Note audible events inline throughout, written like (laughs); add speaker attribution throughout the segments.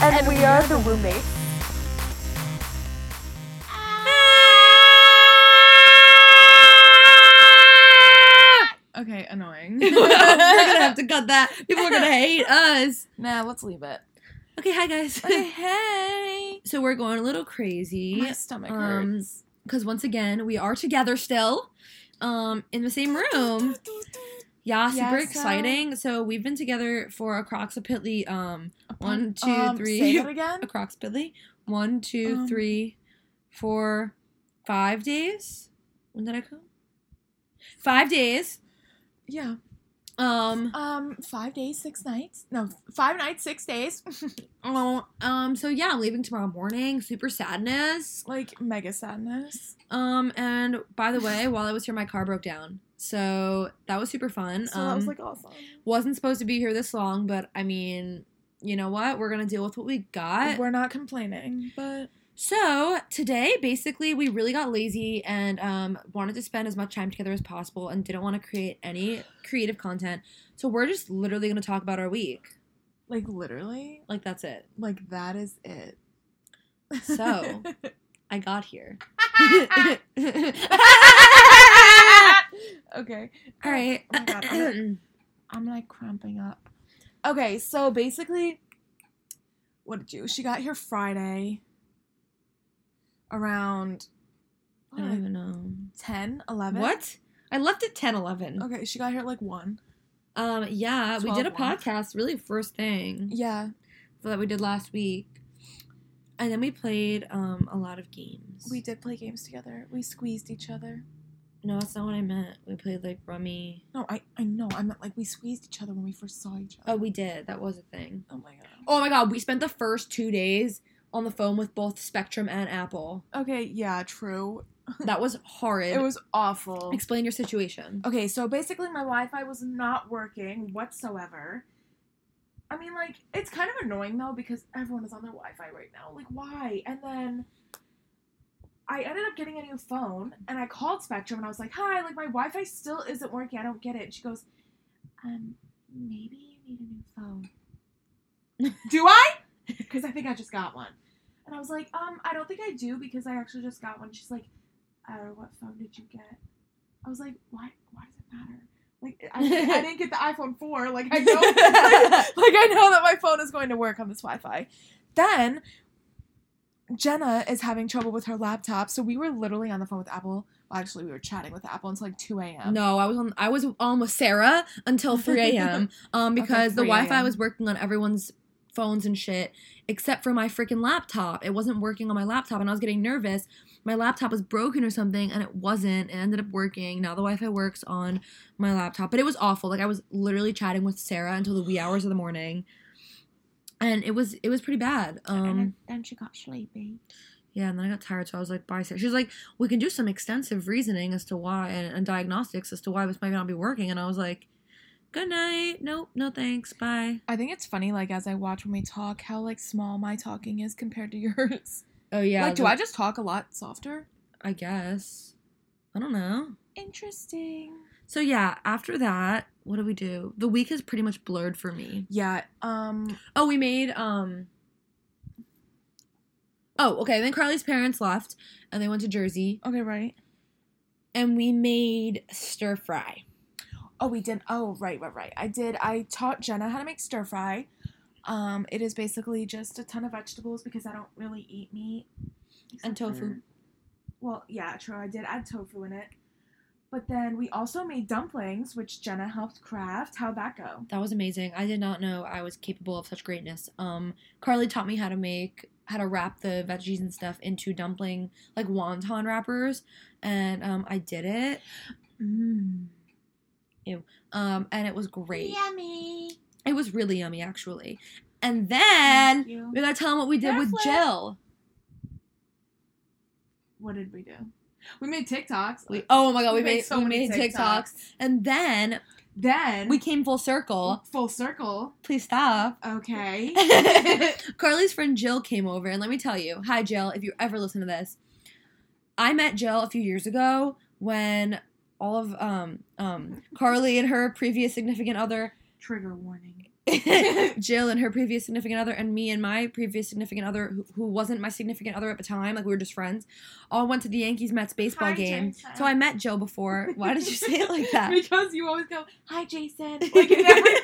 Speaker 1: are the roommates.
Speaker 2: Okay,
Speaker 3: (laughs)
Speaker 2: annoying.
Speaker 3: We're gonna have to cut that. People are
Speaker 2: (laughs)
Speaker 3: gonna hate us.
Speaker 2: Nah, let's leave it.
Speaker 3: Okay, hi guys.
Speaker 2: Okay, hey.
Speaker 3: (laughs) so we're going a little crazy
Speaker 2: My stomach
Speaker 3: Um,
Speaker 2: hurts.
Speaker 3: because once again we are together still, um, in the same room. Yeah, super
Speaker 2: Yeah, so-
Speaker 3: exciting. So we've been together for approximately um one, two,
Speaker 2: Um,
Speaker 3: three-
Speaker 2: Say that again.
Speaker 3: (laughs) approximately one, two,
Speaker 2: Um,
Speaker 3: three, four, five days. When did I come? Five days.
Speaker 2: Yeah.
Speaker 3: Um.
Speaker 2: Um, five days, six nights. No, five nights, six days. (laughs)
Speaker 3: Oh. Um. So yeah, I'm leaving tomorrow morning. Super sadness.
Speaker 2: like mega sadness.
Speaker 3: Um. And by the way, while I was here, my car broke down. So that was super fun.
Speaker 2: So
Speaker 3: um,
Speaker 2: that was like awesome.
Speaker 3: wasn't supposed to be here this long, but I mean, you know what? We're gonna deal with what we got.
Speaker 2: We're not complaining, but
Speaker 3: So today, basically, we really got lazy and um, wanted to spend as much time together as possible, and didn't want to create any creative content. So we're just literally going to talk about our week.
Speaker 2: like literally,
Speaker 3: Like that's it.
Speaker 2: like that is it.
Speaker 3: So I got here.
Speaker 2: (laughs) Oh, okay.
Speaker 3: All (coughs) right.
Speaker 2: Oh my God, I'm like- I'm like cramping up. Okay, so basically, what did you? She got here Friday around
Speaker 3: I don't even know.
Speaker 2: 10, 11.
Speaker 3: What? I left at 10, 11.
Speaker 2: Okay, she got here at like 1.
Speaker 3: Um, yeah, we did a
Speaker 2: 12 once.
Speaker 3: podcast, really first thing
Speaker 2: Yeah.
Speaker 3: that we did last week. And then we played um, a lot of games.
Speaker 2: We did play games together. We squeezed each other.
Speaker 3: No, that's not what I meant. We played like rummy.
Speaker 2: No, I, I know. I meant like we squeezed each other when we first saw each
Speaker 3: Oh,
Speaker 2: other.
Speaker 3: we did. That was a thing.
Speaker 2: Oh, my god.
Speaker 3: Oh my god, we spent the first two days on the phone with both Spectrum
Speaker 2: (laughs)
Speaker 3: and Apple.
Speaker 2: Okay, yeah, true.
Speaker 3: That was horrid.
Speaker 2: It was awful.
Speaker 3: Explain your situation.
Speaker 2: Okay, so basically my Wi-Fi was not working whatsoever. I mean, like it's kind of annoying though because everyone is on their Wi-Fi right now. Like, why? And then I ended up getting a new phone, and I called Spectrum, and I was like, "Hi, like my Wi-Fi still isn't working. I don't get it." And she goes, "Um, maybe you need a new phone." do I? Because I think I just got one. And I was like, "Um, I don't think I do because I actually just got one." She's like, "Oh, what phone did you get?" I was like, why? Why does it matter? Like, I, I didn't get the iPhone four. Like, I know, (laughs) like, I know that my phone is going to work on this Wi-Fi. Then Jenna is having trouble with her laptop, so we were literally on the phone with Apple. Well, actually, we were chatting with Apple until like two a.m.
Speaker 3: No, I was on. I was on with Sarah until 3 a.m. Um, because the
Speaker 2: 3
Speaker 3: Wi-Fi
Speaker 2: a.m..
Speaker 3: was working on everyone's phones and shit, except for my freaking laptop. It wasn't working on my laptop, and I was getting nervous. My laptop was broken or something, and it wasn't. It ended up working. Now the Wi-Fi works on my laptop, but it was awful. Like I was literally chatting with Sarah until the wee hours of the morning, and it was it was pretty bad. Um,
Speaker 2: then she got sleepy.
Speaker 3: yeah, and then I got tired, so I was like, bye, Sarah. She was like, we can do some extensive reasoning as to why and, and diagnostics as to why this might not be working. And I was like, good night. Nope, no thanks. Bye.
Speaker 2: I think it's funny, like as I watch when we talk, how like small my talking is compared to (laughs) yours.
Speaker 3: Oh, yeah.
Speaker 2: like, do
Speaker 3: the-
Speaker 2: I just talk a lot softer?
Speaker 3: I guess. I don't know.
Speaker 2: Interesting.
Speaker 3: So, yeah, after that, what do we do? The week is pretty much blurred for me.
Speaker 2: Yeah. Um.
Speaker 3: Oh, we made, um, oh, okay. Then Carly's parents left and they went to Jersey
Speaker 2: Okay. Right.
Speaker 3: and we made stir fry.
Speaker 2: Oh, we did. Oh, right, right, right. I did. I taught Jenna how to make stir fry. Um, it is basically just a ton of vegetables because I don't really eat meat
Speaker 3: And
Speaker 2: except
Speaker 3: tofu.
Speaker 2: for- well, yeah, true. I did add tofu in it, but then we also made dumplings, which Jenna helped craft. How'd that go?
Speaker 3: That was amazing. I did not know I was capable of such greatness. Um, Carly taught me how to make how to wrap the veggies and stuff into dumpling like wonton wrappers, and um, I did it.
Speaker 2: Mm.
Speaker 3: Um, and it was great.
Speaker 2: Yummy.
Speaker 3: It was really yummy actually. And then we gotta tell them what we did with
Speaker 2: Backflip.
Speaker 3: Jill.
Speaker 2: what did we do? We made TikToks.
Speaker 3: We, oh my god, we,
Speaker 2: We made
Speaker 3: made,
Speaker 2: so
Speaker 3: we
Speaker 2: many
Speaker 3: made TikToks. and then
Speaker 2: Then
Speaker 3: we came full circle.
Speaker 2: full circle.
Speaker 3: Please stop. (laughs)
Speaker 2: Okay.
Speaker 3: Carly's friend Jill came over, and let me tell you, hi Jill, if you ever listen to this, I met Jill a few years ago when all of um um Carly and her previous significant other (laughs)
Speaker 2: Trigger warning.
Speaker 3: Jill and her previous significant other, and me and my previous significant other, who, who wasn't my significant other at the time, like we were just friends, all went to the Yankees Mets baseball
Speaker 2: Hi,
Speaker 3: game.
Speaker 2: Jason.
Speaker 3: So I met Jill before. Why did you say it like that?
Speaker 2: (laughs) because you always go, "Hi,
Speaker 3: (laughs)
Speaker 2: Jason," like in every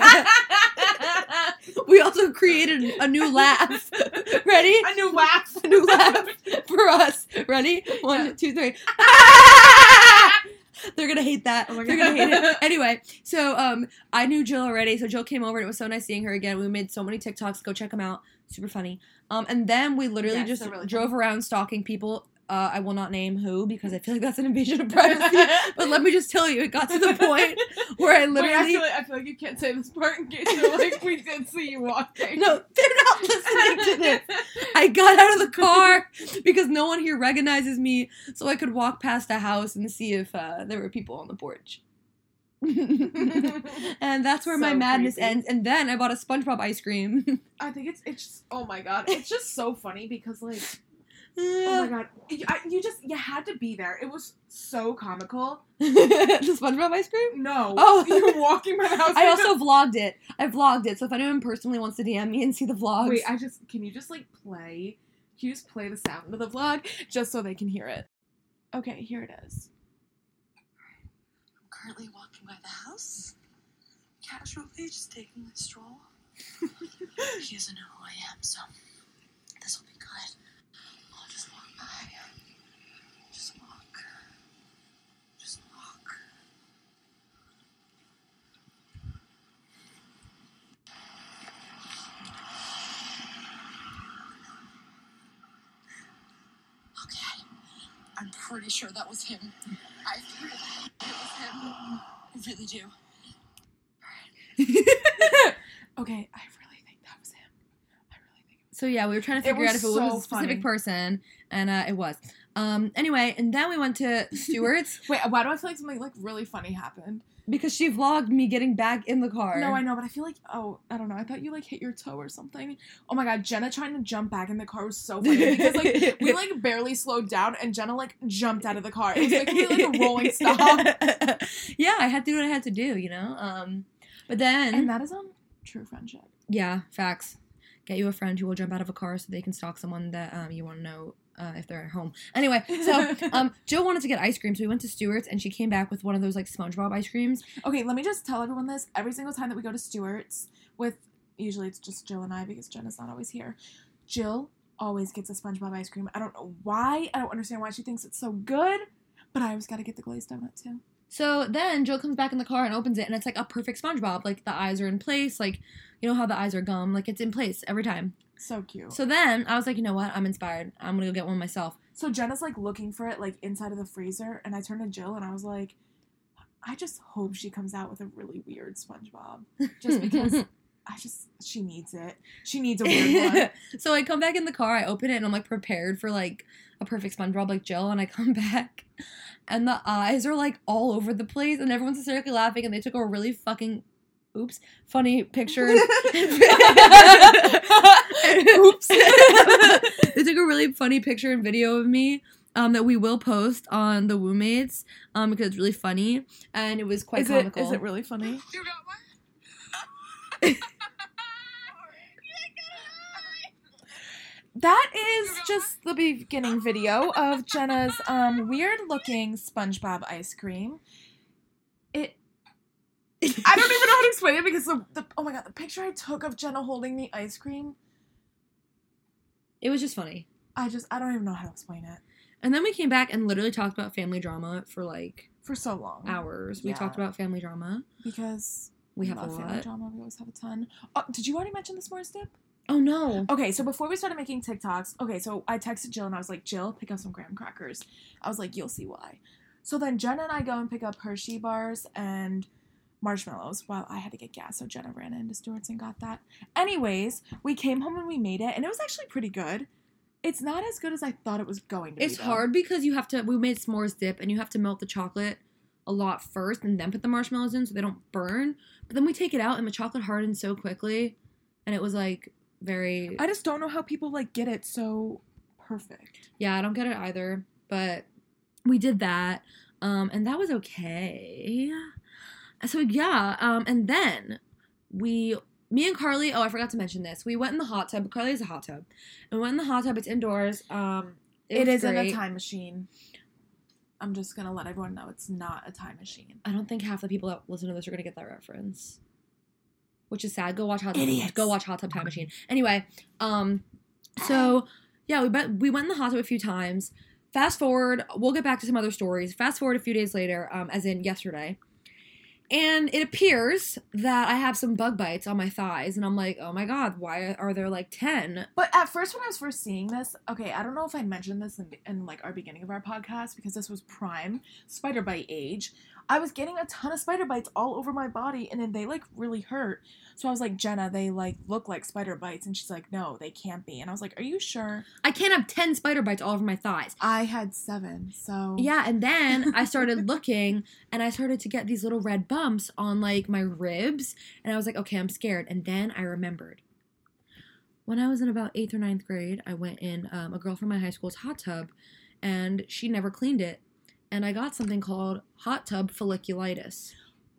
Speaker 2: podcast.
Speaker 3: we also created a new laugh. (laughs) Ready?
Speaker 2: A new laugh.
Speaker 3: (laughs) A new laugh for us. Ready?
Speaker 2: Yeah.
Speaker 3: One,
Speaker 2: (laughs)
Speaker 3: two, three. Ah! They're gonna hate that.
Speaker 2: Oh my
Speaker 3: They're gonna hate
Speaker 2: God.
Speaker 3: it. Anyway, so um, I knew Jill already, so Jill came over, and it was so nice seeing her again. We made so many TikToks. Go check them out. Super funny. Um, and then we literally
Speaker 2: Yes,
Speaker 3: just
Speaker 2: they're really
Speaker 3: drove around stalking people. Uh, I will not name who because I feel like that's an invasion of privacy.
Speaker 2: (laughs)
Speaker 3: but let me just tell you, it got to the point where I
Speaker 2: Wait, I
Speaker 3: literally
Speaker 2: feel, like, I feel like you can't say this part in case they're like, we did see you walking.
Speaker 3: no, they're not
Speaker 2: (laughs)
Speaker 3: listening to this. I got out of the car because no one here recognizes me, so I could walk past the house and see if uh, there were people on
Speaker 2: (laughs)
Speaker 3: the porch. and that's where my
Speaker 2: So
Speaker 3: madness
Speaker 2: creepy.
Speaker 3: ends. And then I bought a SpongeBob ice cream. (laughs)
Speaker 2: I think it's it's just, oh my god, it's just so funny because like oh my god, you, I, you just you had to be there. It was so comical.
Speaker 3: the SpongeBob ice cream.
Speaker 2: No,
Speaker 3: Oh.
Speaker 2: you were walking
Speaker 3: (laughs)
Speaker 2: by the house.
Speaker 3: I also vlogged it. I vlogged it. So if anyone personally wants to DM me and see the vlogs,
Speaker 2: wait. I just can you just like play? Can you just play the sound of the vlog just so they can hear it? Okay, here it is.
Speaker 1: currently walking by the house, casually just taking a stroll. he doesn't know who I am, so this will be good. I'll just walk by. Just walk. Just walk. Okay. I'm pretty sure that was him. I threw that. It was him. I really do.
Speaker 2: Okay, I really think that was him. I really think.
Speaker 3: (laughs) So yeah, we were trying to
Speaker 2: It
Speaker 3: figure out
Speaker 2: was
Speaker 3: if it was
Speaker 2: so
Speaker 3: a specific
Speaker 2: funny.
Speaker 3: person, and uh, it was. Um, anyway, and then we went to Stewart's
Speaker 2: Wait, why do I feel like something like really funny happened?
Speaker 3: because she vlogged me getting back in the car.
Speaker 2: No, I know, but I feel like oh, I don't know. I thought you like hit your toe or something. Oh my god, Jenna trying to jump back in the car was
Speaker 3: (laughs)
Speaker 2: so funny because like we (laughs) like barely slowed down and Jenna like jumped out of the car. It was like, really, like a (laughs)
Speaker 3: (laughs)
Speaker 2: rolling stop.
Speaker 3: yeah, I had to do what I had to do, you know. Um, but then
Speaker 2: And that is on True Friendship.
Speaker 3: yeah, facts. Get you a friend who will jump out of a car so they can stalk someone that um, you want to know uh, if they're at home. Anyway,
Speaker 2: (laughs)
Speaker 3: so (laughs) um, Jill wanted to get ice cream, so we went to Stewart's, and she came back with one of those like SpongeBob ice creams.
Speaker 2: Okay, let me just tell everyone this. Every single time that we go to Stewart's with usually it's just Jill and I because Jenna's not always here. Jill always gets a SpongeBob ice cream. I don't know why. I don't understand why she thinks it's so good, but I always got to get the glazed donut too.
Speaker 3: So then Jill comes back in the car and opens it, and it's like a perfect SpongeBob. Like the eyes are in place. Like you know how the eyes are gum. Like it's in place every time.
Speaker 2: So cute.
Speaker 3: So then I was like, you know what? I'm inspired. I'm gonna go get one myself.
Speaker 2: So Jenna's like looking for it like inside of the freezer, and I turned to Jill and I was like, I just hope she comes out with a really weird SpongeBob, just because I just she needs it. She needs a weird one.
Speaker 3: so I come back in the car. I open it, and I'm like prepared for like a perfect SpongeBob, like Jill. And I come (laughs) back, and the eyes are like all over the place, and everyone's hysterically laughing. And they took a really fucking, oops,
Speaker 2: (laughs)
Speaker 3: funny picture. (laughs)
Speaker 2: (laughs)
Speaker 3: Oops. they took a really funny picture and video of me um, that we will post on the Woomates um, because it's really funny and it was quite
Speaker 2: is it
Speaker 3: comical.
Speaker 2: is it really funny?
Speaker 1: (laughs) You got one?
Speaker 2: (laughs) That is just the beginning video of Jenna's um, weird looking SpongeBob ice cream. It. I
Speaker 3: (laughs)
Speaker 2: don't even know how to explain it because the, the oh my god the picture I took of Jenna holding the ice cream
Speaker 3: it was just funny.
Speaker 2: I just I don't even know how to explain it
Speaker 3: And then we came back and literally talked about family drama for like
Speaker 2: for so long.
Speaker 3: hours. We
Speaker 2: Yeah.
Speaker 3: talked about family drama.
Speaker 2: because
Speaker 3: We have a
Speaker 2: love family
Speaker 3: lot.
Speaker 2: drama. We always have a ton. Oh, did you already mention this morning's dip?
Speaker 3: Oh no.
Speaker 2: Okay, so before we started making TikToks, okay, so I texted Jill and I was like, Jill, pick up some graham crackers. I was like, you'll see why. So then Jenna and I go and pick up Hershey bars and marshmallows while I had to get gas. So Jenna ran into Stewart's and got that. Anyways, we came home and we made it, and it was actually pretty good. It's not as good as I thought it was going to be.
Speaker 3: It's
Speaker 2: though.
Speaker 3: hard because you have to. We made s'mores dip, and you have to melt the chocolate a lot first, and then put the marshmallows in so they don't burn. But then we take it out, and the chocolate hardens so quickly, and it was like very.
Speaker 2: I just don't know how people like get it so perfect.
Speaker 3: yeah, I don't get it either. But we did that, um, and that was okay. So yeah, um, and then we, me and Carly. Oh, I forgot to mention this. We went in the hot tub. Carly has a hot tub. And we went in the hot tub. It's indoors. Um, it,
Speaker 2: it
Speaker 3: was
Speaker 2: isn't
Speaker 3: great.
Speaker 2: a time machine. I'm just gonna let everyone know it's not a time machine.
Speaker 3: I don't think half the people that listen to this are gonna get that reference, which is sad. Go watch Hot Tub.
Speaker 2: Idiots.
Speaker 3: Go watch Hot Tub Time Machine. Anyway, um, so yeah, we bet we went in the hot tub a few times. Fast forward, we'll get back to some other stories. Fast forward a few days later, um, as in yesterday, and it appears that I have some bug bites on my thighs, and I'm like, oh my god, why are there like ten?
Speaker 2: But at first, when I was first seeing this, okay, I don't know if I mentioned this in, in like our beginning of our podcast because this was prime spider bite age. I was getting a ton of spider bites all over my body, and then they like really hurt. So I was like, Jenna, they like look like spider bites, and she's like, No, they can't be. And I was like, Are you sure?
Speaker 3: I can't have ten spider bites all over my thighs.
Speaker 2: I had seven, so
Speaker 3: Yeah, and then I started looking and I started to get these little red bumps on like my ribs. And I was like, okay, I'm scared. And then I remembered. When I was in about eighth or ninth grade, I went in um, a girl from my high school's hot tub and she never cleaned it. And I got something called hot tub folliculitis.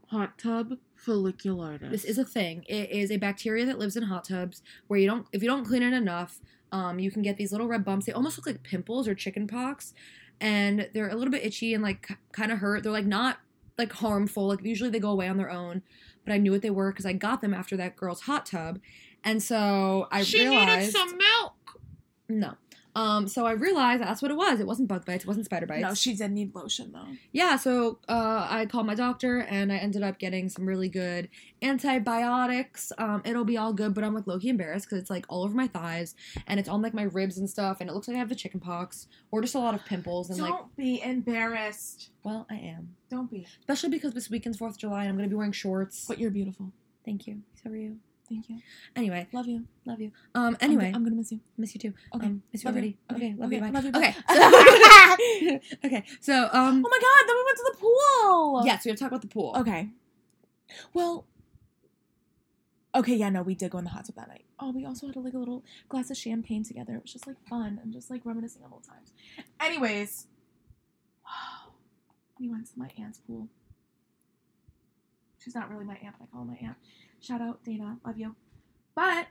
Speaker 2: hot tub folliculitis.
Speaker 3: This is a thing. It is a bacteria that lives in hot tubs where you don't if you don't clean it enough, um, you can get these little red bumps. They almost look like pimples or chicken pox, and they're a little bit itchy and like kind of hurt. They're like not like harmful. Like usually they go away on their own, but I knew what they were because I got them after that girl's hot tub, and so I realized
Speaker 2: milk.
Speaker 3: no. Um, so I realized that's what it was. It wasn't bug bites. It wasn't spider bites
Speaker 2: No, she did need lotion though.
Speaker 3: yeah, so uh, I called my doctor and I ended up getting some really good antibiotics. Um, it'll be all good, but I'm like low key embarrassed because it's like all over my thighs and it's on like my ribs and stuff, and it looks like I have the chicken pox or just a lot of pimples. And
Speaker 2: Don't
Speaker 3: like,
Speaker 2: be embarrassed.
Speaker 3: well, I am.
Speaker 2: Don't be.
Speaker 3: Especially because this weekend's 4th of July and I'm going to be wearing shorts.
Speaker 2: But you're beautiful.
Speaker 3: Thank you. So are you.
Speaker 2: Thank you.
Speaker 3: Anyway,
Speaker 2: Love you.
Speaker 3: love you. Um, anyway,
Speaker 2: I'm, gonna miss you.
Speaker 3: miss you too.
Speaker 2: Okay.
Speaker 3: Um, miss you
Speaker 2: Love you.
Speaker 3: already. Okay,
Speaker 2: Okay.
Speaker 3: love you.
Speaker 2: Okay,
Speaker 3: Bye.
Speaker 2: love you, bye.
Speaker 3: okay. So, (laughs) okay. So,
Speaker 2: (laughs) oh
Speaker 3: um,
Speaker 2: my god, then we went to the pool.
Speaker 3: yes, we have to talk about the pool.
Speaker 2: Okay. Well. Okay, yeah, no, we did go in the hot tub that night. Oh, we also had like a little glass of champagne together. It was just like fun and just like reminiscing of old times. Anyways, (sighs) we went to my aunt's pool. She's not really my aunt, but I call her my aunt. Shout out Dana, love you. But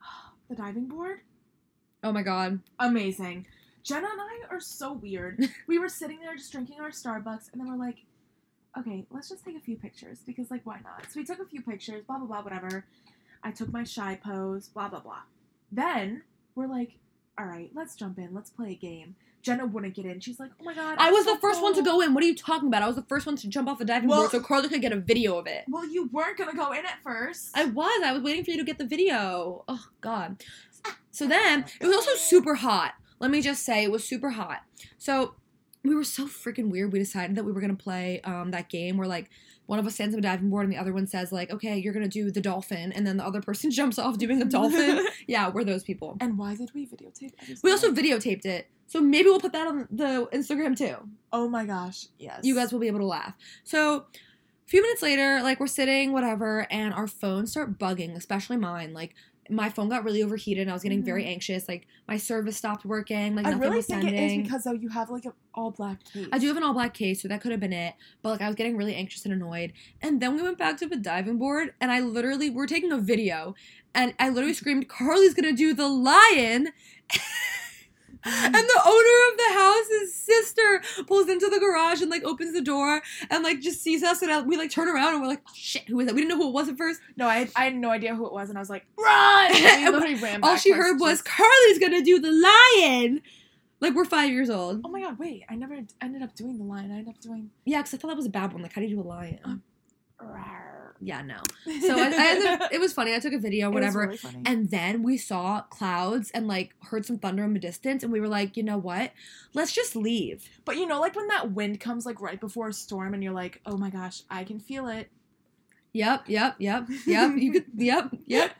Speaker 2: (sighs) the diving board,
Speaker 3: Oh my God.
Speaker 2: amazing. Jenna and I are so
Speaker 3: (laughs)
Speaker 2: weird. we were sitting there just drinking our Starbucks, and then we're like, okay, let's just take a few pictures because, like, why not? So we took a few pictures, blah, blah, blah, whatever. I took my shy pose, blah, blah, blah. Then we're like, all right, let's jump in, let's play a game. Jenna wouldn't get in. She's like, oh my god.
Speaker 3: I
Speaker 2: I'm
Speaker 3: was
Speaker 2: so
Speaker 3: the first one to
Speaker 2: cold."
Speaker 3: go in. What are you talking about? I was the first one to jump off the diving
Speaker 2: Well-
Speaker 3: board so Carly could get a video of it.
Speaker 2: Well, you weren't gonna go in at first.
Speaker 3: I was. I was waiting for you to get the video. Oh God. So then it was also super hot. Let me just say it was super hot. So we were so freaking weird. We decided that we were gonna play um, that game where like one of us stands on a diving board and the other one says like, "Okay, you're gonna do the dolphin," and then the other person (laughs) jumps off doing
Speaker 2: (laughs)
Speaker 3: a dolphin. yeah, we're those people.
Speaker 2: and why did we videotape? every
Speaker 3: We also
Speaker 2: single-
Speaker 3: videotaped it, so maybe we'll put that on the Instagram too.
Speaker 2: Oh my gosh, yes.
Speaker 3: you guys will be able to laugh. So, a few minutes later, like we're sitting, whatever, and our phones start bugging, especially mine. Like my phone got really overheated, and I was getting very anxious. Like my service stopped working. Like
Speaker 2: Mm-hmm. I
Speaker 3: nothing
Speaker 2: really
Speaker 3: was
Speaker 2: think
Speaker 3: sending.
Speaker 2: it is because though you have like an all black case.
Speaker 3: I do have an all black case, so that could have been it. But like I was getting really anxious and annoyed. And then we went back to the diving board and I literally we're taking a video and I literally screamed, Carly's gonna do the lion. (laughs) and the owner of the house's sister pulls into the garage and like opens the door and like just sees us and I, we like turn around and we're like, oh shit, who is that? We didn't know who it was at first.
Speaker 2: No, I, I had no idea who it was, and I was like, run! (laughs) And we literally ran
Speaker 3: All
Speaker 2: back
Speaker 3: she
Speaker 2: towards
Speaker 3: heard was
Speaker 2: just-
Speaker 3: Carly's gonna do the lion. Like we're five years old.
Speaker 2: Oh my god, wait, I never d- ended up doing the line. I ended up doing.
Speaker 3: Yeah, because I thought that was a bad one. Like, how do you do a lion?
Speaker 2: Um, "Rawr."
Speaker 3: Yeah, no. So I, I ended
Speaker 2: (laughs)
Speaker 3: up- it was funny. I took a video,
Speaker 2: It was
Speaker 3: whatever.
Speaker 2: really funny.
Speaker 3: And then we saw clouds and like heard some thunder in the distance, and we were like, you know what? Let's just leave.
Speaker 2: but you know, like when that wind comes like right before a storm, and you're like, oh my gosh, I can feel it.
Speaker 3: Yep, yep, yep, yep.
Speaker 2: (laughs)
Speaker 3: You could, yep, yep.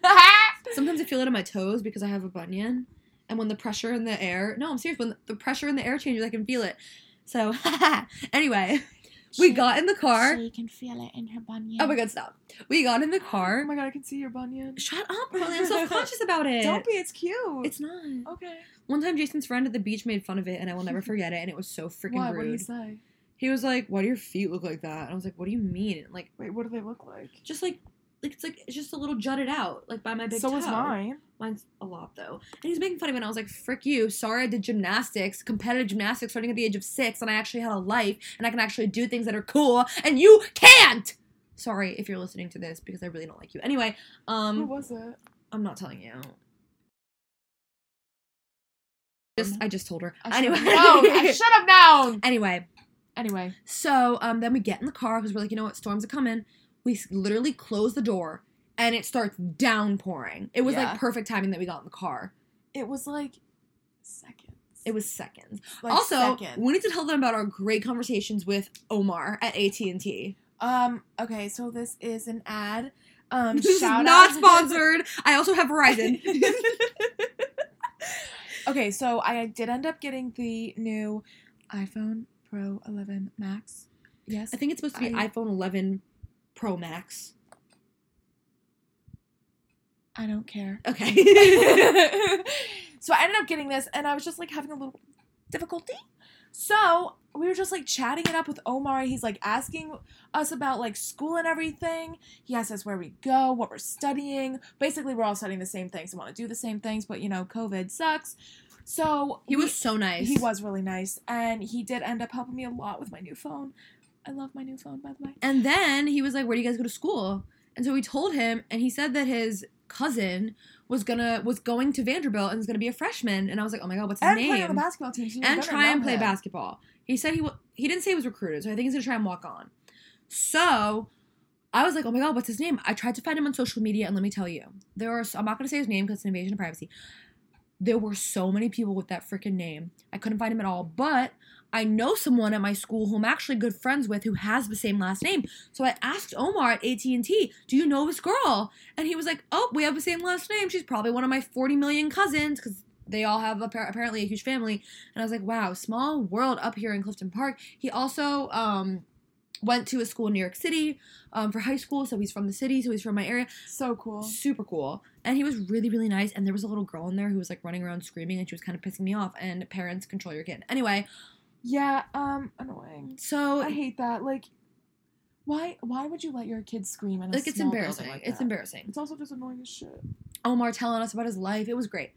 Speaker 3: Sometimes I feel it in my toes because I have a bunion, and when the pressure in the air, no, I'm serious. When the pressure in the air changes, I can feel it. So (laughs) anyway, we got in the car.
Speaker 2: She can feel it in her bunion.
Speaker 3: Oh my god, stop. We got in the car.
Speaker 2: Oh my god, I can see your bunion.
Speaker 3: Shut up, Carly.
Speaker 2: (laughs)
Speaker 3: I'm self conscious about it.
Speaker 2: Don't be, it's cute.
Speaker 3: It's not.
Speaker 2: okay. (laughs)
Speaker 3: One time, Jason's friend at the beach made fun of it, and I will never forget it. And it was so freaking
Speaker 2: Why?
Speaker 3: rude.
Speaker 2: What do you say?
Speaker 3: He was like, "Why do your feet look like that?" And I was like, "What do you mean?" And like,
Speaker 2: Wait, what do they look like?
Speaker 3: just like, like it's like it's just a little jutted out, like by my big
Speaker 2: so
Speaker 3: toe.
Speaker 2: is mine.
Speaker 3: Mine's a lot though. And he was making fun of me and I was like, frick you, sorry I did gymnastics, competitive gymnastics starting at the age of six, and I actually had a life and I can actually do things that are cool and you can't! Sorry if you're listening to this because I really don't like you. Anyway,
Speaker 2: Who
Speaker 3: um
Speaker 2: was it?
Speaker 3: I'm not telling you. Just I just told her.
Speaker 2: Um, I
Speaker 3: anyway.
Speaker 2: should've known. I should have known.
Speaker 3: (laughs) anyway,
Speaker 2: Anyway,
Speaker 3: so um then we get in the car because we're like, you know what, storms are coming. We s- literally close the door and it starts downpouring. It was
Speaker 2: Yeah.
Speaker 3: like perfect timing that we got in the car.
Speaker 2: it was like seconds.
Speaker 3: It was seconds.
Speaker 2: like
Speaker 3: also,
Speaker 2: seconds.
Speaker 3: we need to tell them about our great conversations with Omar at AT and T.
Speaker 2: um. Okay, so this is an ad. Um.
Speaker 3: This is
Speaker 2: shout
Speaker 3: not
Speaker 2: out. (laughs)
Speaker 3: sponsored. I also have Verizon.
Speaker 2: okay, so I did end up getting the new iPhone Pro 11 Max. Yes.
Speaker 3: I think it's supposed to be
Speaker 2: I-
Speaker 3: iPhone 11 Pro Max.
Speaker 2: I don't care.
Speaker 3: Okay.
Speaker 2: (laughs) so I ended up getting this, and I was just like having a little difficulty. So we were just like chatting it up with Omar. He's like asking us about like school and everything. He asks us where we go, what we're studying. Basically, we're all studying the same things and want to do the same things, but you know, COVID sucks. So
Speaker 3: he
Speaker 2: we-
Speaker 3: was so nice.
Speaker 2: He was really nice, and he did end up helping me a lot with my new phone. I love my new phone, by the way.
Speaker 3: And then he was like, "Where do you guys go to school?" And so we told him, and he said that his cousin was gonna was going to Vanderbilt and was gonna be a freshman. And I was like, "Oh my god, what's his
Speaker 2: and
Speaker 3: name?"
Speaker 2: playing on the basketball team, so you're
Speaker 3: and
Speaker 2: gonna
Speaker 3: try and
Speaker 2: know
Speaker 3: play
Speaker 2: him.
Speaker 3: basketball. He said he w- he didn't say he was recruited, so I think he's gonna try and walk on. So I was like, oh my god, what's his name? I tried to find him on social media, and let me tell you, there are. s- I'm not gonna say his name because it's an invasion of privacy. There were so many people with that freaking name. I couldn't find him at all, but I know someone at my school who I'm actually good friends with who has the same last name. So I asked Omar at AT&T, "Do you know this girl?" And he was like, "Oh, we have the same last name. She's probably one of my 40 million cousins cuz they all have appar- apparently a huge family." And I was like, "Wow, small world up here in Clifton Park." He also um went to a school in New York City um, for high school, so he's from the city, so he's from my area.
Speaker 2: So cool.
Speaker 3: Super cool. And he was really, really nice. And there was a little girl in there who was like running around screaming, and she was kind of pissing me off. And parents control your kid. Anyway,
Speaker 2: Yeah. Um. Annoying.
Speaker 3: so
Speaker 2: I hate that. Like, why? Why would you let your kids scream in a
Speaker 3: like it's
Speaker 2: small building
Speaker 3: embarrassing.
Speaker 2: like
Speaker 3: it's
Speaker 2: that?
Speaker 3: embarrassing.
Speaker 2: It's also just annoying as shit.
Speaker 3: Omar telling us about his life. It was great.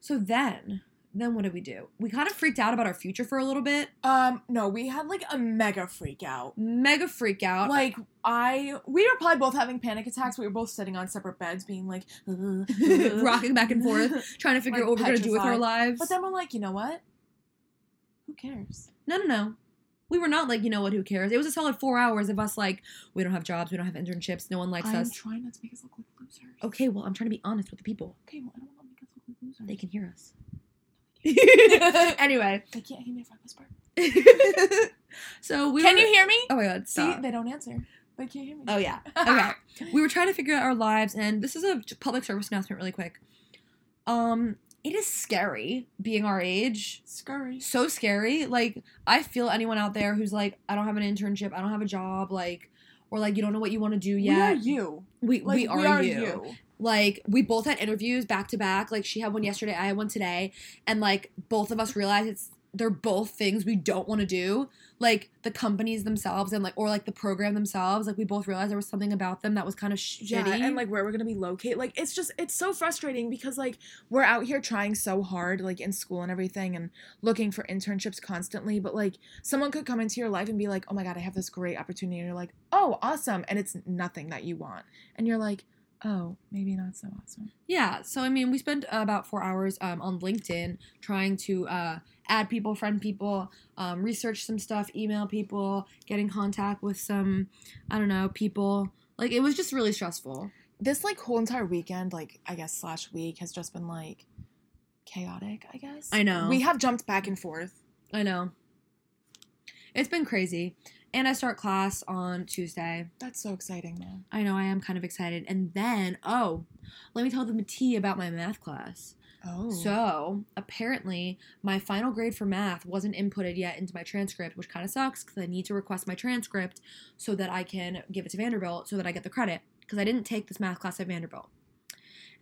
Speaker 3: So then, then what did we do? We kind of freaked out about our future for a little bit.
Speaker 2: Um. No, we had like a mega freak out.
Speaker 3: Mega freak out.
Speaker 2: Like I, we were probably both having panic attacks. We were both sitting on separate beds, being like,
Speaker 3: (laughs)
Speaker 2: (laughs)
Speaker 3: (laughs) rocking back and forth, trying to figure
Speaker 2: Like,
Speaker 3: out what we're gonna do with our
Speaker 2: petrified.
Speaker 3: lives.
Speaker 2: But then we're like, you know what? Who cares?
Speaker 3: No, no, no. We were not like, you know what, who cares? It was a solid four hours of us like, we don't have jobs, we don't have internships, no one likes
Speaker 2: I'm
Speaker 3: us.
Speaker 2: trying not to make us look like losers.
Speaker 3: okay, well, I'm trying to be honest with the people.
Speaker 2: Okay, well, I don't want to make us look like losers.
Speaker 3: They can hear
Speaker 2: (laughs)
Speaker 3: us. anyway.
Speaker 2: They can't hear me if I whisper.
Speaker 3: so we
Speaker 2: Can
Speaker 3: were-
Speaker 2: you hear me?
Speaker 3: Oh my god,
Speaker 2: See, Ah.
Speaker 3: stop.
Speaker 2: they don't answer. They can't hear me. (laughs)
Speaker 3: Oh yeah. Okay. we were trying to figure out our lives and this is a public service announcement really quick. Um, it is scary being our age.
Speaker 2: Scurry.
Speaker 3: so scary. Like I feel anyone out there who's like, I don't have an internship, I don't have a job, like, or like you don't know what you want to do yet.
Speaker 2: We are you.
Speaker 3: We
Speaker 2: Like,
Speaker 3: we are, you. Like we both had interviews back to back. Like she had one yesterday, I had one today, and like both of us realized it's they're both things we don't want to do. Like the companies themselves and like or like the program themselves. Like we both realized there was something about them that was kind of shitty.
Speaker 2: Yeah, and like where we're gonna be located. Like it's just it's so frustrating because like we're out here trying so hard, like in school and everything, and looking for internships constantly. But like someone could come into your life and be like, Oh my god, I have this great opportunity, and you're like, Oh, awesome, and it's nothing that you want. And you're like, Oh, maybe not so awesome.
Speaker 3: Yeah, so I mean, we spent uh, about four hours um, on LinkedIn trying to uh, add people, friend people, um, research some stuff, email people, get in contact with some, I don't know, people. Like it was just really stressful.
Speaker 2: This like whole entire weekend, like I guess slash week has just been like chaotic, I guess.
Speaker 3: I know.
Speaker 2: We have jumped back and forth.
Speaker 3: I know. It's been crazy, and I start class on Tuesday.
Speaker 2: That's so exciting, man.
Speaker 3: I know I am kind of excited, and then oh, let me tell the tea about my math class.
Speaker 2: Oh.
Speaker 3: So apparently, my final grade for math wasn't inputted yet into my transcript, which kind of sucks because I need to request my transcript so that I can give it to Vanderbilt so that I get the credit because I didn't take this math class at Vanderbilt.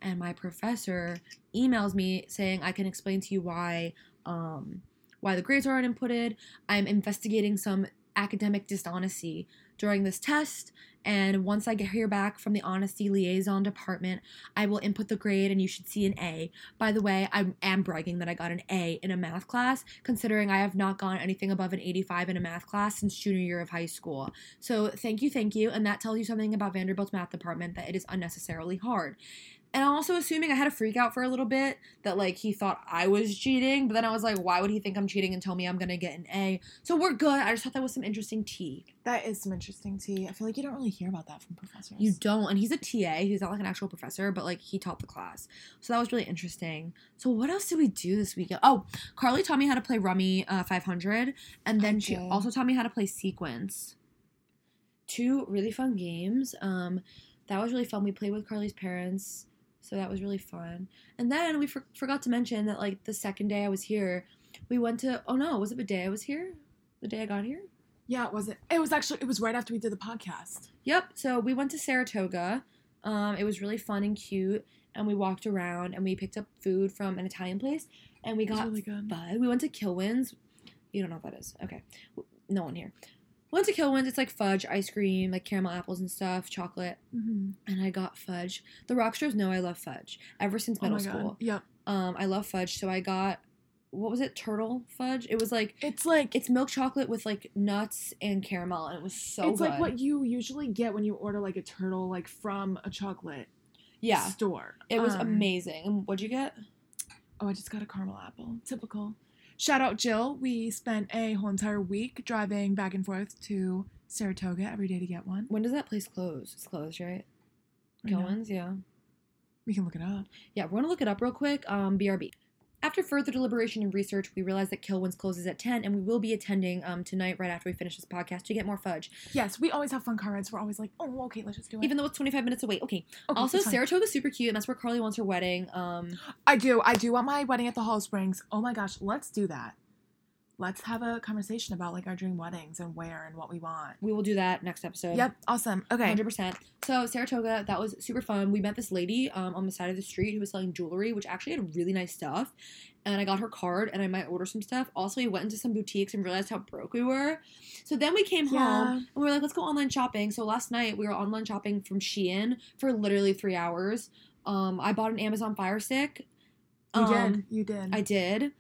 Speaker 3: And my professor emails me saying I can explain to you why um, why the grades aren't inputted. I'm investigating some academic dishonesty during this test. And once I get hear back from the honesty liaison department, I will input the grade and you should see an A. By the way, I am bragging that I got an A in a math class, considering I have not gone anything above an 85 in a math class since junior year of high school. So thank you, thank you. And that tells you something about Vanderbilt's math department that it is unnecessarily hard. And I'm also assuming I had a freak out for a little bit that like he thought I was cheating, but then I was like, why would he think I'm cheating and tell me I'm gonna get an A? So we're good. I just thought that was some interesting tea.
Speaker 2: That is some interesting tea. I feel like you don't really hear about that from professors.
Speaker 3: You don't. And he's a TA. He's not like an actual professor, but like he taught the class. So that was really interesting. So what else did we do this weekend? Oh, Carly taught me how to play Rummy uh, 500, and then she
Speaker 2: Okay.
Speaker 3: also taught me how to play Sequence. Two really fun games. Um, that was really fun. We played with Carly's parents, so that was really fun. And then we for- forgot to mention that like the second day I was here, we went to. Oh no, was it the day I was here? The day I got here.
Speaker 2: Yeah, it wasn't. It was actually. It was right after we did the podcast.
Speaker 3: Yep. So we went to Saratoga. Um, it was really fun and cute, and we walked around and we picked up food from an Italian place, and we
Speaker 2: It was
Speaker 3: got
Speaker 2: really good.
Speaker 3: bud. We went to Kilwins. You don't know what that is. Okay. W- No one here. Went to Kilwins. It's like fudge ice cream, like caramel apples and stuff, chocolate.
Speaker 2: Mhm.
Speaker 3: And I got fudge. The Rockstars know I love fudge ever since
Speaker 2: Oh
Speaker 3: middle
Speaker 2: my god.
Speaker 3: school.
Speaker 2: Yep.
Speaker 3: Um, I love fudge, so I got what was it? Turtle fudge. It was like
Speaker 2: It's like
Speaker 3: it's milk chocolate with like nuts and caramel, and it was so
Speaker 2: it's
Speaker 3: good.
Speaker 2: like what you usually get when you order like a turtle like from a chocolate
Speaker 3: yeah.
Speaker 2: store.
Speaker 3: It was
Speaker 2: Um,
Speaker 3: amazing. And What'd you get?
Speaker 2: Oh, I just got a caramel apple. Typical. Shout out Jill. We spent a whole entire week driving back and forth to Saratoga every day to get one.
Speaker 3: When does that place close? It's closed, right?
Speaker 2: I know.
Speaker 3: Gilman's, yeah.
Speaker 2: We can look it up.
Speaker 3: Yeah, we're gonna look it up real quick. Um, BRB. After further deliberation and research, we realized that Kilwins closes at 10, and we will be attending um, tonight right after we finish this podcast to get more fudge,
Speaker 2: Yes, we always have fun car rides. We're always like, oh, okay, let's just do it.
Speaker 3: even though it's 25 minutes away. Okay.
Speaker 2: Okay,
Speaker 3: also,
Speaker 2: it's fine.
Speaker 3: Saratoga's super cute, and that's where Carly wants her wedding. Um,
Speaker 2: I do. I do want my wedding at the Hall Springs. Oh my gosh, let's do that. Let's have a conversation about like our dream weddings and where and what we want.
Speaker 3: we will do that next episode.
Speaker 2: Yep, awesome. Okay.
Speaker 3: Hundred percent. So Saratoga, that was super fun. We met this lady um, on the side of the street who was selling jewelry, which actually had really nice stuff. And I got her card, and I might order some stuff. Also, we went into some boutiques and realized how broke we were. So then we came home
Speaker 2: Yeah.
Speaker 3: and we were like, let's go online shopping. So last night we were online shopping from Shein for literally three hours. Um, I bought an Amazon Fire Stick.
Speaker 2: You
Speaker 3: Um,
Speaker 2: did. You did.
Speaker 3: I did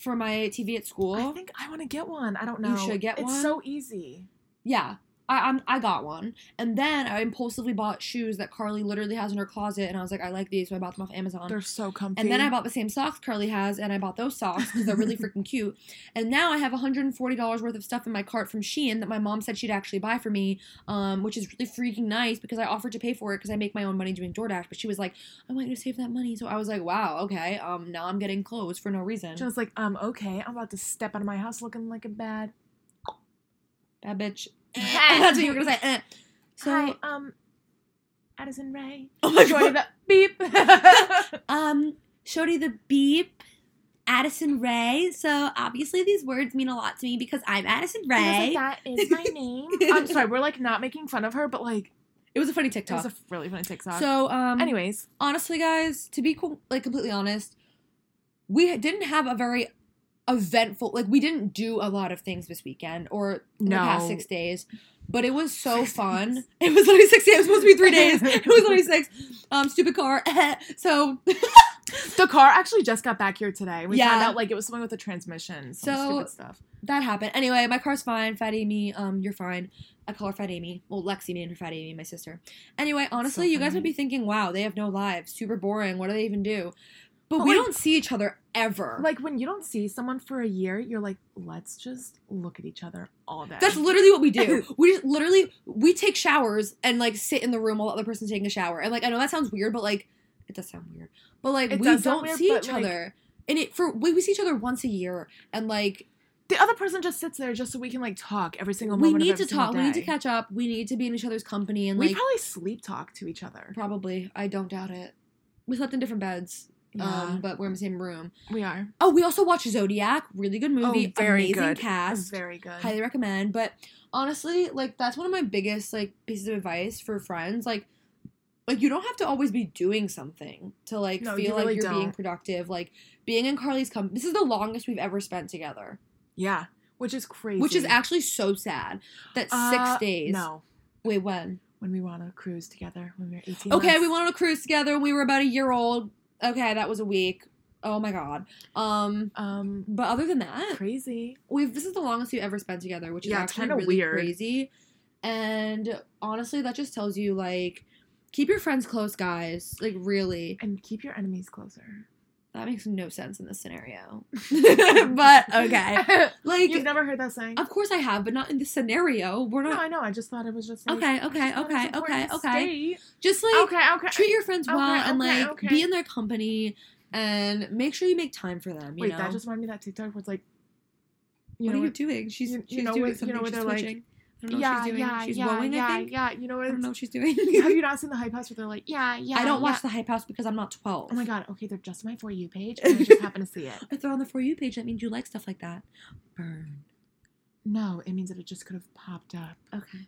Speaker 3: for my TV at school.
Speaker 2: I think I want to get one. I don't know.
Speaker 3: You should get
Speaker 2: it's
Speaker 3: one.
Speaker 2: It's so easy.
Speaker 3: Yeah. I, I'm, I got one. And then I impulsively bought shoes that Carly literally has in her closet. And I was like, I like these. So I bought them off Amazon.
Speaker 2: They're so comfy.
Speaker 3: and then I bought the same socks Carly has. And I bought those socks because
Speaker 2: (laughs)
Speaker 3: they're really freaking cute. And now I have $140 worth of stuff in my cart from Shein that my mom said she'd actually buy for me, um, which is really freaking nice because I offered to pay for it because I make my own money doing DoorDash. But she was like, I want you to save that money. So I was like, wow, okay. Um, now I'm getting clothes for no reason.
Speaker 2: She was like, um, okay, I'm about to step out of my house looking like a bad. (laughs)
Speaker 3: Bad bitch. (laughs) That's what you were going to say. eh. So,
Speaker 2: Hi, um, Addison Ray.
Speaker 3: oh my
Speaker 2: Join
Speaker 3: God.
Speaker 2: the beep. (laughs)
Speaker 3: um Shorty the Beep, Addison Ray. So obviously these words mean a lot to me because I'm Addison Ray.
Speaker 2: Because, like, that is my name. I'm sorry, we're like not making fun of her, but like
Speaker 3: it was a funny
Speaker 2: it was
Speaker 3: TikTok.
Speaker 2: a really funny TikTok.
Speaker 3: so um
Speaker 2: anyways,
Speaker 3: honestly guys, to be co- like completely honest, we didn't have a very eventful like we didn't do a lot of things this weekend or in the past
Speaker 2: No.
Speaker 3: 6 days. But it was so
Speaker 2: Six
Speaker 3: fun.
Speaker 2: days.
Speaker 3: (laughs) It was only six days. It was supposed to be three (laughs) days. It was only six. Um, stupid car. (laughs) so
Speaker 2: the car actually just got back here today. We found
Speaker 3: Yeah.
Speaker 2: out like it was something with the transmission. Some
Speaker 3: So-
Speaker 2: stupid stuff.
Speaker 3: that happened. Anyway, my car's fine. Fat Amy, um, you're fine. I call her Fat Amy. Well, Lexi named her Fat Amy, my sister. Anyway, honestly, you guys
Speaker 2: funny.
Speaker 3: would be thinking, wow, they have no lives. Super boring. What do they even do? But,
Speaker 2: But,
Speaker 3: we
Speaker 2: like-
Speaker 3: don't see each other ever.
Speaker 2: Like when you don't see someone for a year, you're like, let's just look at each other all day.
Speaker 3: that's literally what
Speaker 2: (laughs)
Speaker 3: we do. We just literally we take showers and like sit in the room while the other person's taking a shower. And like I know that sounds weird, but like it does sound weird. But like
Speaker 2: It
Speaker 3: we
Speaker 2: does sound
Speaker 3: don't
Speaker 2: weird,
Speaker 3: see
Speaker 2: but,
Speaker 3: each
Speaker 2: like-
Speaker 3: other. And it for we, we see each other once a year and like
Speaker 2: the other person just sits there just so we can like talk every single
Speaker 3: we
Speaker 2: moment. of
Speaker 3: need
Speaker 2: every
Speaker 3: to
Speaker 2: single
Speaker 3: talk. We need to
Speaker 2: day.
Speaker 3: catch up. We need to be in each other's company and
Speaker 2: we
Speaker 3: like
Speaker 2: probably sleep talk to each other.
Speaker 3: Probably. I don't doubt it. We slept in different beds, um, but we're in the same room.
Speaker 2: we are.
Speaker 3: Oh, we also watched Zodiac. Really good movie.
Speaker 2: Oh, very
Speaker 3: Amazing
Speaker 2: good.
Speaker 3: cast.
Speaker 2: Very good.
Speaker 3: Highly recommend. But honestly, like that's one of my biggest like pieces of advice for friends. Like, like you don't have to always be doing something to like
Speaker 2: No,
Speaker 3: feel
Speaker 2: you
Speaker 3: like
Speaker 2: really
Speaker 3: you're being
Speaker 2: don't.
Speaker 3: productive. Like being in Carly's company. This is the longest we've ever spent together.
Speaker 2: yeah. which is crazy.
Speaker 3: Which is actually so sad that
Speaker 2: Uh,
Speaker 3: six days.
Speaker 2: No,
Speaker 3: Wait, when?
Speaker 2: when we went on a cruise together when we were eighteen.
Speaker 3: Okay,
Speaker 2: months.
Speaker 3: we went on a cruise together. We were about a year old. Okay, that was a week. Oh my god. Um,
Speaker 2: um
Speaker 3: but other than that,
Speaker 2: crazy.
Speaker 3: we've this is the longest we've ever spent together, which is
Speaker 2: Yeah, it's
Speaker 3: actually
Speaker 2: kinda
Speaker 3: really
Speaker 2: weird.
Speaker 3: crazy. And honestly, that just tells you like keep your friends close, guys. Like really,
Speaker 2: And keep your enemies closer.
Speaker 3: that makes no sense in
Speaker 2: (laughs)
Speaker 3: this scenario. (laughs) but okay, like
Speaker 2: You've never heard that saying?
Speaker 3: of course I have, but not in this scenario. We're
Speaker 2: No,
Speaker 3: not
Speaker 2: I know. I just thought it was just like,
Speaker 3: okay,
Speaker 2: I
Speaker 3: okay,
Speaker 2: just thought it was
Speaker 3: okay, okay,
Speaker 2: important to
Speaker 3: okay.
Speaker 2: state.
Speaker 3: Just like
Speaker 2: Okay, okay.
Speaker 3: treat your friends
Speaker 2: Okay,
Speaker 3: well and
Speaker 2: okay,
Speaker 3: like
Speaker 2: okay.
Speaker 3: be in their company and make sure you make time for them. You
Speaker 2: Wait,
Speaker 3: know?
Speaker 2: that just reminded me of that TikTok was like,
Speaker 3: what are you
Speaker 2: what-
Speaker 3: doing? She's
Speaker 2: you- you
Speaker 3: she's
Speaker 2: know
Speaker 3: doing
Speaker 2: where- you
Speaker 3: something.
Speaker 2: know where
Speaker 3: she's
Speaker 2: they're like,
Speaker 3: twitching. I don't know
Speaker 2: yeah,
Speaker 3: what she's doing.
Speaker 2: yeah,
Speaker 3: she's
Speaker 2: yeah,
Speaker 3: rowing,
Speaker 2: yeah,
Speaker 3: I think.
Speaker 2: yeah. You know what?
Speaker 3: I don't
Speaker 2: it's-
Speaker 3: know what she's (laughs) doing.
Speaker 2: Have you not seen the hype house where they're like, yeah, yeah?
Speaker 3: I don't
Speaker 2: yeah.
Speaker 3: watch the hype house because I'm not 12.
Speaker 2: Oh my god. Okay, they're just on my for you page, and I
Speaker 3: (laughs)
Speaker 2: just happen to see it.
Speaker 3: I throw on the for you page. That means you like stuff like that. Burn.
Speaker 2: No, it means that it just could have popped up.
Speaker 3: Okay.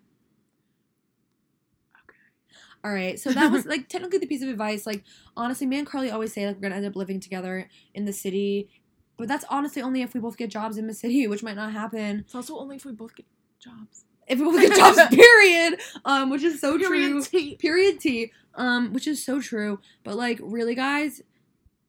Speaker 3: All right, so that was like technically the piece of advice. Like honestly, me and Carly always say like we're gonna end up living together in the city, but that's honestly only if we both get jobs in the (laughs) city, which might not happen.
Speaker 2: It's also only if we both get jobs.
Speaker 3: if it was a
Speaker 2: (laughs)
Speaker 3: jobs period um which is so true
Speaker 2: Period. T.
Speaker 3: period t um which is so true but like really guys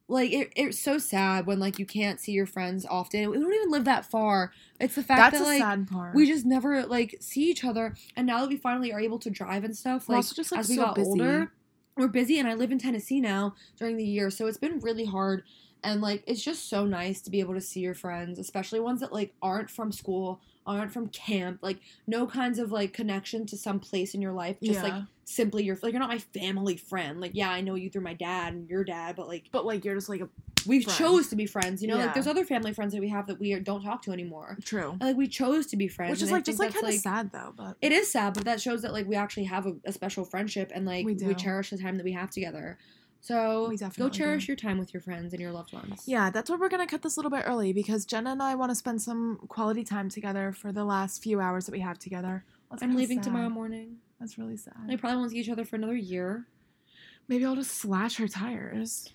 Speaker 3: like it, it's so sad when like you can't see your friends often we don't even live that far it's the fact
Speaker 2: That's
Speaker 3: that
Speaker 2: the
Speaker 3: like
Speaker 2: sad part.
Speaker 3: we just never like see each other and now that we finally are able to drive and stuff
Speaker 2: We're
Speaker 3: like
Speaker 2: also just, like,
Speaker 3: as we
Speaker 2: so
Speaker 3: got
Speaker 2: busy.
Speaker 3: older we're busy and i live in tennessee now during the year so it's been really hard and like it's just so nice to be able to see your friends especially ones that like aren't from school aren't from camp like no kinds of like connection to some place in your life just like
Speaker 2: Yeah.
Speaker 3: simply your like you're not my family friend like yeah i know you through my dad and your dad but like
Speaker 2: but like you're just like a
Speaker 3: we
Speaker 2: Friends.
Speaker 3: chose to be friends you know
Speaker 2: Yeah.
Speaker 3: like there's other family friends that we have that we don't talk to anymore
Speaker 2: true,
Speaker 3: like we chose to be friends
Speaker 2: which is
Speaker 3: and I
Speaker 2: like just
Speaker 3: think
Speaker 2: like
Speaker 3: that's,
Speaker 2: kind of sad though. But
Speaker 3: it is sad, but that shows that like we actually have a, a special friendship and like
Speaker 2: We
Speaker 3: we,
Speaker 2: do.
Speaker 3: cherish the time that we have together. So
Speaker 2: We
Speaker 3: go
Speaker 2: definitely
Speaker 3: cherish
Speaker 2: do.
Speaker 3: your time with your friends and your loved ones.
Speaker 2: yeah, that's why we're gonna cut this a little bit early because Jenna and I want to spend some quality time together for the last few hours that we have together. That's
Speaker 3: I'm
Speaker 2: kinda
Speaker 3: leaving
Speaker 2: sad.
Speaker 3: tomorrow morning.
Speaker 2: That's really
Speaker 3: They
Speaker 2: sad.
Speaker 3: probably won't see each other for another year.
Speaker 2: Maybe I'll just slash her tires.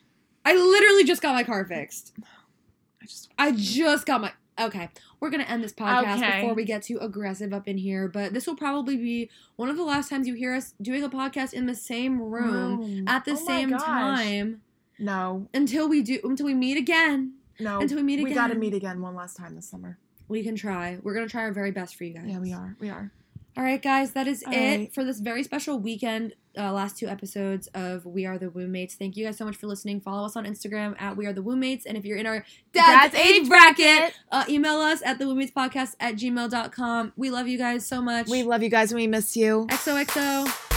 Speaker 3: I literally just got my car fixed.
Speaker 2: I just
Speaker 3: I just got my Okay, we're gonna end this podcast
Speaker 2: Okay.
Speaker 3: before we get too aggressive up in here. But this will probably be one of the last times you hear us doing a podcast in the same room at the
Speaker 2: Oh my
Speaker 3: same
Speaker 2: gosh.
Speaker 3: time
Speaker 2: No,
Speaker 3: until we do until we meet again.
Speaker 2: no.
Speaker 3: Until we meet
Speaker 2: We gotta
Speaker 3: again.
Speaker 2: meet again one last time this summer.
Speaker 3: We can try. We're gonna try our very best for you guys.
Speaker 2: Yeah, we are. We are.
Speaker 3: All right, guys, that is
Speaker 2: All
Speaker 3: it
Speaker 2: right.
Speaker 3: for this very special weekend. Uh, last two episodes of We Are the Roommates. Thank you guys so much for listening. Follow us on Instagram at We Are the Roommates. And if you're in our dad's,
Speaker 2: Dad's
Speaker 3: age,
Speaker 2: age
Speaker 3: bracket, uh, email us at the roommates podcast at gmail.com. We love you guys so much.
Speaker 2: We love you guys and we miss you.
Speaker 3: XOXO.